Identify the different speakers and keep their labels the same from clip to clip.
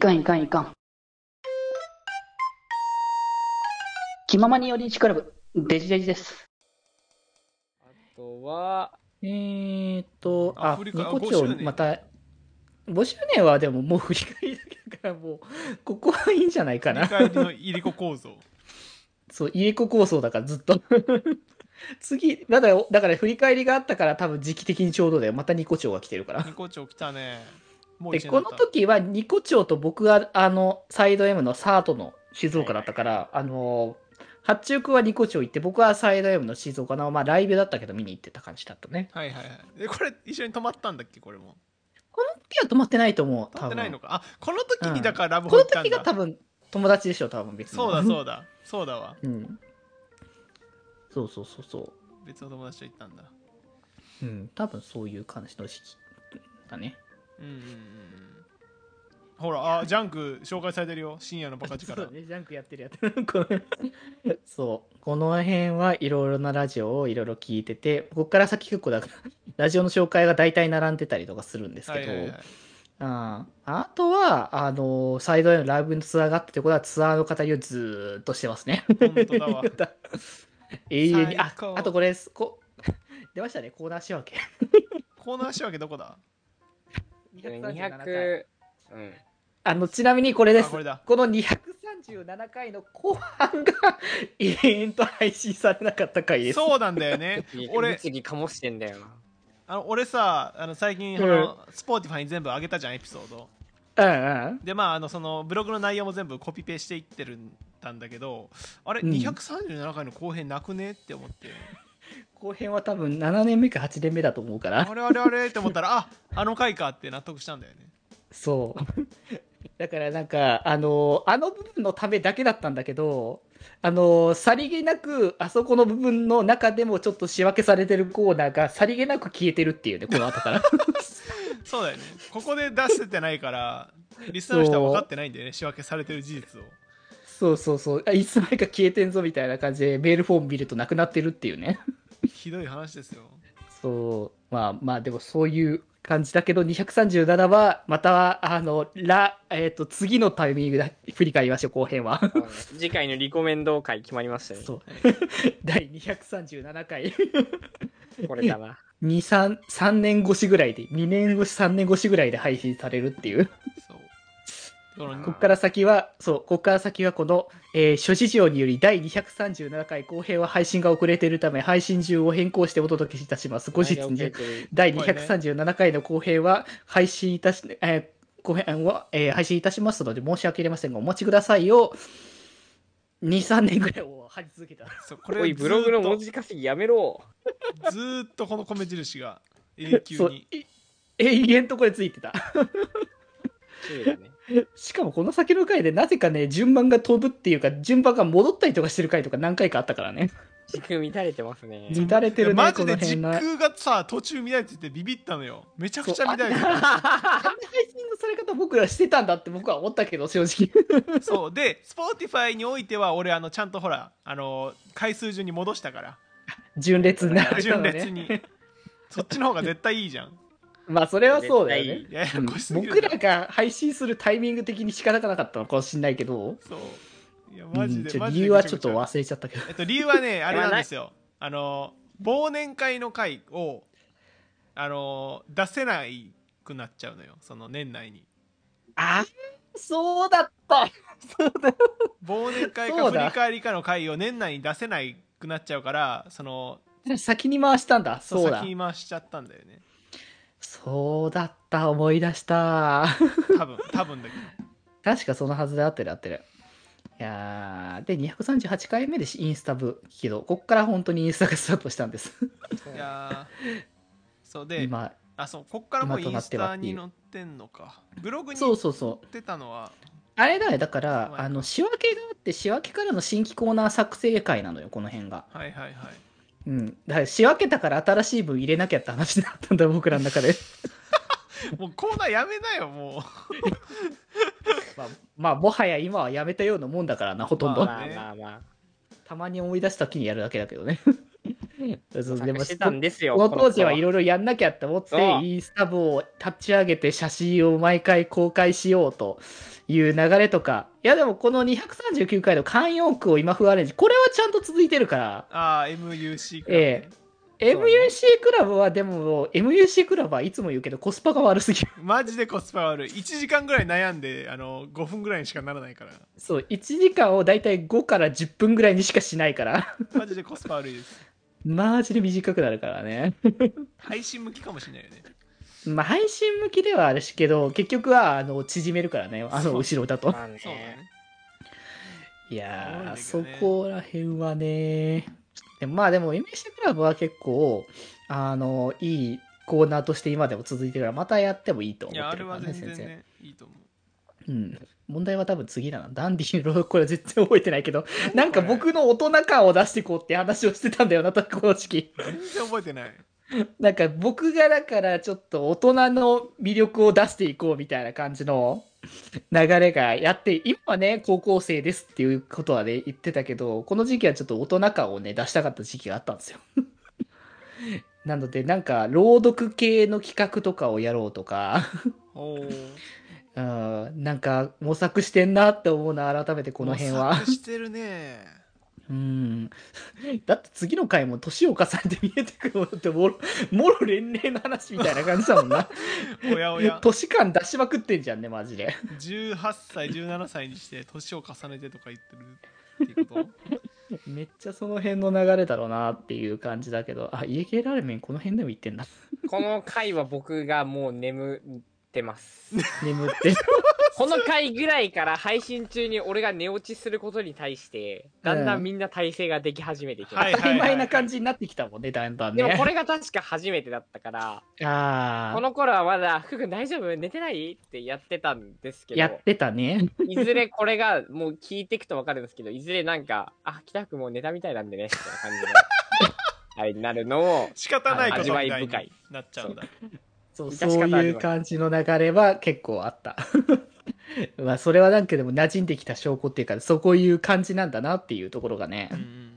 Speaker 1: かんいかんいかん。気ままに寄り道クラブ、デジデジです。
Speaker 2: あとは、
Speaker 3: えーっと、
Speaker 4: ア
Speaker 3: あ、
Speaker 4: フリカ
Speaker 3: ニコ
Speaker 4: 5
Speaker 3: 町
Speaker 4: 周年
Speaker 3: また、5周年はでももう振り返りだけだから、もう、 ここはいいんじゃないか
Speaker 4: 2
Speaker 3: な。
Speaker 4: 回りのいりこ構 造。
Speaker 3: そう、イエコ構想だからずっと。 次、まだ、だから振り返りがあったから多分時期的にちょうどだよ。またニコ町が来てるから
Speaker 4: ニ。コ町来たね。もう
Speaker 3: で、
Speaker 4: 一年
Speaker 3: こ
Speaker 4: 経
Speaker 3: の
Speaker 4: った
Speaker 3: 時はニコ町と僕が、あの、サイド M のサートの静岡だったから、あの、八中君はニコ町行って、僕はサイド M の静岡の、まあライブだったけど見に行ってた感じだったね。
Speaker 4: はいはいはい。え、これ一緒に泊まったんだっけこれも。
Speaker 3: この時は止まってないと思う。
Speaker 4: 泊ま
Speaker 3: 多
Speaker 4: ってない
Speaker 3: 分
Speaker 4: の。か。あ、この時にだからラブホ
Speaker 3: この
Speaker 4: 行ったん
Speaker 3: 時
Speaker 4: だ。
Speaker 3: が多分友達でしょ、多分別に。
Speaker 4: そうだそうだ。そうだわ。
Speaker 3: う。ん。そうそうそうそ
Speaker 4: 別の友達と行ったんだ。
Speaker 3: う。うん。多分そういう感じの時期だね。
Speaker 4: うんうんうんうん。ほら、あ、ジャンク紹介されてるよ。深夜のバカ
Speaker 3: そ
Speaker 4: 力
Speaker 3: う。ね、ジャンクやってるやつ。 このそう。この辺はいろいろなラジオをいろいろ聞いてて、ここから先結構だから、 ラジオの紹介が大体並んでたりとかするんです
Speaker 4: は
Speaker 3: け
Speaker 4: い
Speaker 3: ど、
Speaker 4: はいはい。
Speaker 3: うんあとは、あの、サイドへのライブのツアーがあったってことは、ツアーの語りをずーっとしてますね。
Speaker 4: 本当だ わ。
Speaker 3: 永遠に。あ
Speaker 4: 最高、
Speaker 3: あとこれです、こ出ましたね、コーナー仕分け。
Speaker 4: コーナー仕分けどこだ
Speaker 3: 237
Speaker 2: 200、うん。。
Speaker 3: あの、ちなみにこれで
Speaker 4: あ、
Speaker 3: す。
Speaker 4: こ
Speaker 3: こ
Speaker 4: れだ。
Speaker 3: の237回の後半が永遠と配信されなかった回です。
Speaker 4: そうなんだよ ね
Speaker 2: 俺、
Speaker 4: 俺、
Speaker 2: 次かもしてんだよな。
Speaker 4: あの俺さ、あの最近、
Speaker 3: うん
Speaker 4: あのスポーティファイに全部上げたじゃん、エピソード。
Speaker 3: うんうん。
Speaker 4: で、まあ、あのそのブログの内容も全部コピペしていってるんだんだけど、あれ、
Speaker 3: うん
Speaker 4: 237回の後編なくねって思って、
Speaker 3: 後編は多分7年目か8年目だと思うか
Speaker 4: あ
Speaker 3: ら。
Speaker 4: れあれあれって思ったら、ああの回かって納得したんだよね。
Speaker 3: そう。だからなんか、あのあの部分のためだけだったんだけど、あのさりげなく、あそこの部分の中でもちょっと仕分けされてるコーナーがさりげなく消えてるっていうね、この後から。
Speaker 4: そうだよね。ここで出せてないから、リスナーの人は分かってないんだよね、仕分けされてる事実を。
Speaker 3: そうそうそう。あいつの間にか消えてんぞみたいな感じで、メールフォーム見るとなくなってるっていうね。
Speaker 4: ひどい話ですよ。
Speaker 3: そう。まあまあ、でもそういう感じだけど、237は、または、あの、ら、えっ、と、次のタイミングで振り返りましょう、後編は。
Speaker 2: あの次回のリコメンド会決まりましたね。
Speaker 3: そう。第237回。
Speaker 2: これかな。
Speaker 3: 2、3、3年越しぐらいで、2年越し、3年越しぐらいで配信されるっていう。
Speaker 4: そう。この
Speaker 3: こっから先は、そう、こっから先はこの、えー諸事情により第237回後編は配信が遅れているため、配信中を変更してお届けいたし ます。後日
Speaker 2: 前が遅れ
Speaker 3: に、
Speaker 2: てる
Speaker 3: 第237回の後編は配信いたし、えー後編は、えー配信いたしますので、申し訳ありませんが、お待ちくださいを、2、3年ぐらいを張り続けた。
Speaker 4: そうこれ
Speaker 2: おい、ブログの文字稼ぎやめろ。
Speaker 4: ずーっとこの米印が永久
Speaker 3: そう
Speaker 4: に。
Speaker 3: い永遠とこれついてた。
Speaker 2: 注意だね。
Speaker 3: しかもこの先の回で、なぜかね、順番が飛ぶっていうか、順番が戻ったりとかしてる回とか何回かあったからね。
Speaker 2: 軸乱れてますね。
Speaker 3: 乱れてるね、
Speaker 4: マジ
Speaker 3: この
Speaker 4: で
Speaker 3: 辺
Speaker 4: 時
Speaker 3: の。
Speaker 4: 空がさ途中乱れててビビったのよめちゃくちゃ乱れて
Speaker 3: そう
Speaker 4: た
Speaker 3: あんな配信のされ方僕らしてたんだって僕は思ったけど、正直。
Speaker 4: そうで Spotify においては俺あのちゃんとほらあの回数順に戻したから
Speaker 3: 順列になったの
Speaker 4: 順
Speaker 3: ね。
Speaker 4: 列にそっちの方が絶対いいじゃん
Speaker 3: まあ、それはそうだよね
Speaker 2: 絶対いい。
Speaker 4: やや
Speaker 3: うん
Speaker 4: こしすぎる
Speaker 3: 僕
Speaker 4: な
Speaker 3: らが配信するタイミング的に仕方がなかったのかもしれないけど、
Speaker 4: そういやマジ
Speaker 3: うん
Speaker 4: で
Speaker 3: ちょ
Speaker 4: マジで
Speaker 3: 理由はちょっと
Speaker 4: めゃく
Speaker 3: 忘れちゃったけど
Speaker 4: ゃ、えっと理由はねあれなんですよあの忘年会の会をあの出せないくなっちゃうのよその年内に
Speaker 3: あそうだった
Speaker 4: 忘年会
Speaker 3: そ
Speaker 4: か
Speaker 3: う
Speaker 4: 振
Speaker 3: だ
Speaker 4: り返りかの会を年内に出せないくなっちゃうからその
Speaker 3: 先に回したんだ、
Speaker 4: そう
Speaker 3: そうだ
Speaker 4: 先。に回しちゃったんだよね
Speaker 3: そうだった、思い出した。
Speaker 4: 多分多分だけど
Speaker 3: 確かそのはずで合ってる合ってる。いやーで、238回目でインスタ部けど、こっから本当にインスタがスタートしたんです。
Speaker 4: いやーそうで
Speaker 3: 今、
Speaker 4: あそうこっからもう
Speaker 3: 今と
Speaker 4: イ
Speaker 3: な
Speaker 4: ン
Speaker 3: っ
Speaker 4: ス
Speaker 3: ては
Speaker 4: タに載ってんのかブログに載
Speaker 3: そう
Speaker 4: っ
Speaker 3: そうそう。
Speaker 4: てたのは
Speaker 3: あれだね、だか
Speaker 4: そう
Speaker 3: ら、
Speaker 4: だね
Speaker 3: あの、仕分けがあって、仕分けからの新規コーナー作成会なのよ、この辺が。
Speaker 4: はいはいはい
Speaker 3: うん。だから、仕分けたから新しい分入れなきゃって話だったん だ、僕らの中で。
Speaker 4: もうコーナーやめなよも
Speaker 3: まあ、まあ、もはや今はやめたようなもんだからな、ほとんど。
Speaker 4: まあ
Speaker 2: まあまあまあ。
Speaker 3: たまに思い出すときにやるだけだけどね。そうそうで
Speaker 2: 作
Speaker 3: も
Speaker 2: 詞してたんですよ。
Speaker 3: この当時は
Speaker 2: こ
Speaker 3: いろいろやんなきゃって思って、
Speaker 2: そう
Speaker 3: インスタ部を立ち上げて写真を毎回公開しようという流れとか、いやでもこの239回の慣用句を今風アレンジ、これはちゃんと続いてるから、
Speaker 4: ああ MUC か、
Speaker 3: え
Speaker 2: ね
Speaker 3: MUC クラブはでも、MUC クラブはいつも言うけどコスパが悪すぎる。
Speaker 4: マジでコスパ悪い1時間ぐらい悩んであの5分ぐらいにしかならないから
Speaker 3: そう、1時間をだいたい5から10分ぐらいにしかしないから、
Speaker 4: マジでコスパ悪いです
Speaker 3: マジで短くなるからね。
Speaker 4: 配信向きかもしれないよね
Speaker 3: まあ配信向きではあるしけど、結局はあの縮めるからね、あの後ろだ
Speaker 2: の
Speaker 3: と
Speaker 2: 子。はまあね
Speaker 4: そうだね
Speaker 3: いやー、
Speaker 4: そう
Speaker 3: そ
Speaker 4: なんだけどね
Speaker 3: こら辺はね。でもまあでも、MC クラブは結構、あの、いいコーナーとして今でも続いてるから、またやってもいいと
Speaker 4: い
Speaker 3: 思
Speaker 4: や
Speaker 3: っ
Speaker 4: あ
Speaker 3: て
Speaker 4: れ
Speaker 3: るか
Speaker 4: は
Speaker 3: らね、
Speaker 4: 全然
Speaker 3: 先生。
Speaker 4: ねいいと思う
Speaker 3: うん。問題は多分次だな。ダンディの、これ全然覚えてないけど、なんか
Speaker 4: これ
Speaker 3: 僕の大人感を出してこうって話をしてたんだよな、とこの時期。
Speaker 4: 全然覚えてない
Speaker 3: なんか僕がだからちょっと大人の魅力を出していこうみたいな感じの流れがやって、今はね、高校生ですっていうことはね、言ってたけど、この時期はちょっと大人感をね、出したかった時期があったんですよ。 なので、なんか朗読系の企画とかをやろうとか、
Speaker 4: おー
Speaker 3: うん、なんか模索してんなって思うな、改めてこの辺
Speaker 4: 模
Speaker 3: は。
Speaker 4: 索してるね
Speaker 3: うん。だって次の回も年を重ねて見えてくるものってもろ、もろ連齢の話みたいな感じだもんな。
Speaker 4: おやおや
Speaker 3: 年間出しまくってんじゃんねマジで
Speaker 4: 18歳17歳にして年を重ねてとか言ってるっていうこと
Speaker 3: めっちゃその辺の流れだろうなっていう感じだけどあ家系ラーメンこの辺でも言ってんだ
Speaker 2: この回は僕がもう眠っ てます。
Speaker 3: 眠って
Speaker 2: この回ぐらいから配信中に俺が寝落ちすることに対して、だんだんみんな体勢ができ始めてきま
Speaker 4: は
Speaker 2: し
Speaker 4: い
Speaker 2: た。
Speaker 4: はい
Speaker 3: 曖昧な感じになってきたもんねだんだん
Speaker 2: で
Speaker 3: ね
Speaker 2: もこれが確か初めてだったから、
Speaker 3: ああ
Speaker 2: この頃はまだ、福君大丈夫寝てないってやってたんですけ
Speaker 3: やっ
Speaker 2: ど、
Speaker 3: てたね
Speaker 2: いずれこれがもう聞いていくとわかるんですけど、いずれなんか、あ、北君もう寝たみたいなんでね、みたいな感じの、あれになるのを、
Speaker 4: 仕方ないことみた
Speaker 2: 味わい
Speaker 4: い
Speaker 2: 深い
Speaker 4: になっちゃうんだ
Speaker 3: そう
Speaker 2: 致し
Speaker 3: そ
Speaker 2: 方
Speaker 3: う
Speaker 2: あ
Speaker 3: い
Speaker 2: る
Speaker 3: う
Speaker 2: わ
Speaker 3: 感じの流れは結構あった まあそれはなんかでも馴染んできた証拠っていうかそういう感じなんだなっていうところがね
Speaker 4: うん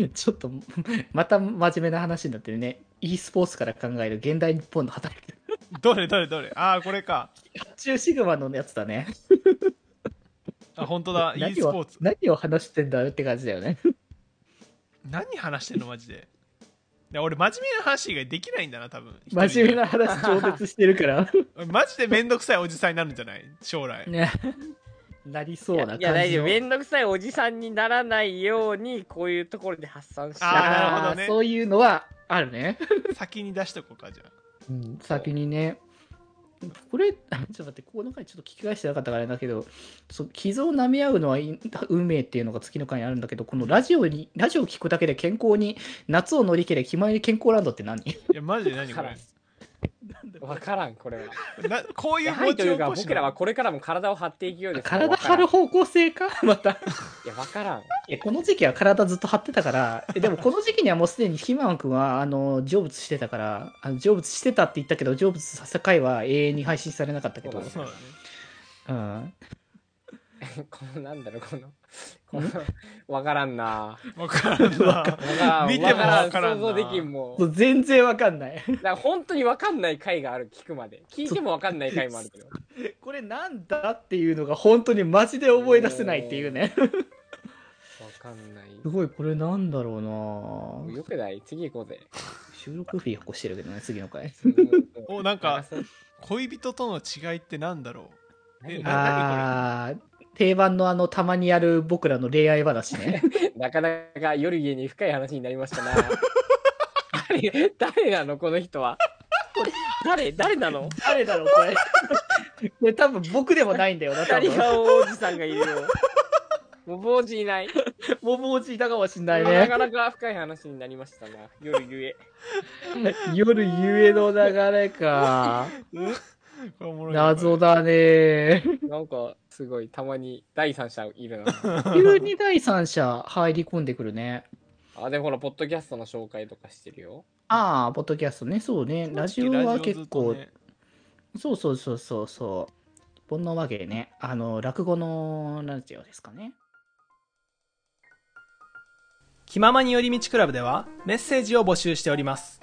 Speaker 4: うん
Speaker 3: ちょっと また真面目な話になってね e スポーツから考える現代日本の働き
Speaker 4: どれどれどれああこれか
Speaker 3: 中シグマのやつだね
Speaker 4: あ本当だ e
Speaker 3: 何
Speaker 4: スポー
Speaker 3: を
Speaker 4: ツ
Speaker 3: 何を話してんだよって感じだ よね。
Speaker 4: 何話してんのマジでいや俺真面目な話以外できないんだな多分
Speaker 3: 真面目な
Speaker 4: 一
Speaker 3: 話超絶して るから。
Speaker 4: 人でマジで面倒くさいおじさんになるんじゃない将来
Speaker 3: ね なりそうな感
Speaker 2: い
Speaker 3: じ
Speaker 2: や、
Speaker 3: の。
Speaker 2: 大丈夫。めんどくさいおじさんにならないように、こういうところで発散し
Speaker 3: あ
Speaker 4: あ
Speaker 2: た。
Speaker 4: ーなる
Speaker 3: ー
Speaker 4: ほどね
Speaker 3: そういうのはあるね。
Speaker 4: 先に出しとこうかじゃ
Speaker 3: うん先にね。これ、ちょ っと待って、この回ちょっと聞き返してなかったからあれだけど、そう傷を舐め合うのはい運命っていうのが月の回にあるんだけど、このラジオに、ラジオを聞くだけで健康に、夏を乗り切れ、気前に健康ランドって何
Speaker 4: あいやマジで何これ
Speaker 2: わからん、これは。
Speaker 4: なこういう
Speaker 2: はい、
Speaker 4: 文
Speaker 2: と
Speaker 4: 字
Speaker 2: いう
Speaker 4: 起
Speaker 2: か、
Speaker 4: こし
Speaker 2: 僕らはこれからも体を張っていくようですから。
Speaker 3: 体張る
Speaker 2: わか
Speaker 3: 方向性かまた。
Speaker 2: らんいや、わからん。
Speaker 3: えこの時期は体ずっと張ってたから、えでもこの時期にはもうすでにひまわくんは、あの、成仏してたから、あの成仏してたって言ったけど、成仏させ回は永遠に配信されなかったけど、
Speaker 2: そう
Speaker 4: そうだね
Speaker 3: うん。
Speaker 2: この、 なんだろう、この、この、 わからんな。
Speaker 4: 分からんな
Speaker 2: わからん。
Speaker 4: 見てもわからんな
Speaker 2: 想像できんも
Speaker 3: そ
Speaker 2: ん。
Speaker 3: う全然わかんない。
Speaker 2: だから本当にわかんない回がある、聞くまで。聞いてもわかんない回もあるけど。
Speaker 3: これなんだっていうのが本当にマジで思い出せないっていうね。
Speaker 2: わかんない。
Speaker 3: すごい、これなんだろうな
Speaker 2: よくない次行こうぜ。
Speaker 3: 収録費発行してるけどね、次の 回。
Speaker 4: おなん か
Speaker 2: そう
Speaker 4: 恋人との違いってなんだろえ
Speaker 2: 何
Speaker 3: あー、定番のあの、たまにやる僕らの恋愛話ね。
Speaker 2: なかなか夜家に深い話になりましたな。誰誰なのこの人は。誰誰なの
Speaker 3: 誰だろう、これ。 これ多分僕でもないんだよな、多
Speaker 2: 二
Speaker 3: 分。
Speaker 2: 人顔おじさんがいるよ。もう坊主いない。
Speaker 3: もぼおじいたかもしんない
Speaker 2: な
Speaker 3: ね。
Speaker 2: かなか深い話になりましたな。夜ゆえ。
Speaker 3: 夜ゆえの流れ か。
Speaker 4: うこれおもろいな
Speaker 3: 謎だね。
Speaker 2: なんか、すごい、たまに第三者いるな。
Speaker 3: 急に第三者入り込んでくるね。
Speaker 2: あ、でもほら、ポッドキャストの紹介とかしてるよ。
Speaker 3: ああ、ポッドキャストね。そうね。ラジオは結構、
Speaker 4: ラジオずっとね
Speaker 3: そうそうそうそうそう。煩悩わけでね。あの、落語のラジオですかね。
Speaker 4: 気ままに寄り道クラブではメッセージを募集しております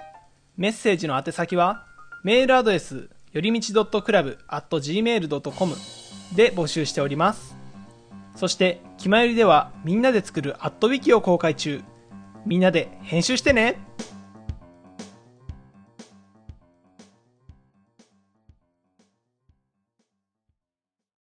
Speaker 4: メッセージの宛先はメールアドレスよりみち .club.gmail.com で募集しておりますそして「気まより」ではみんなで作る「アットウィキを公開中みんなで編集してね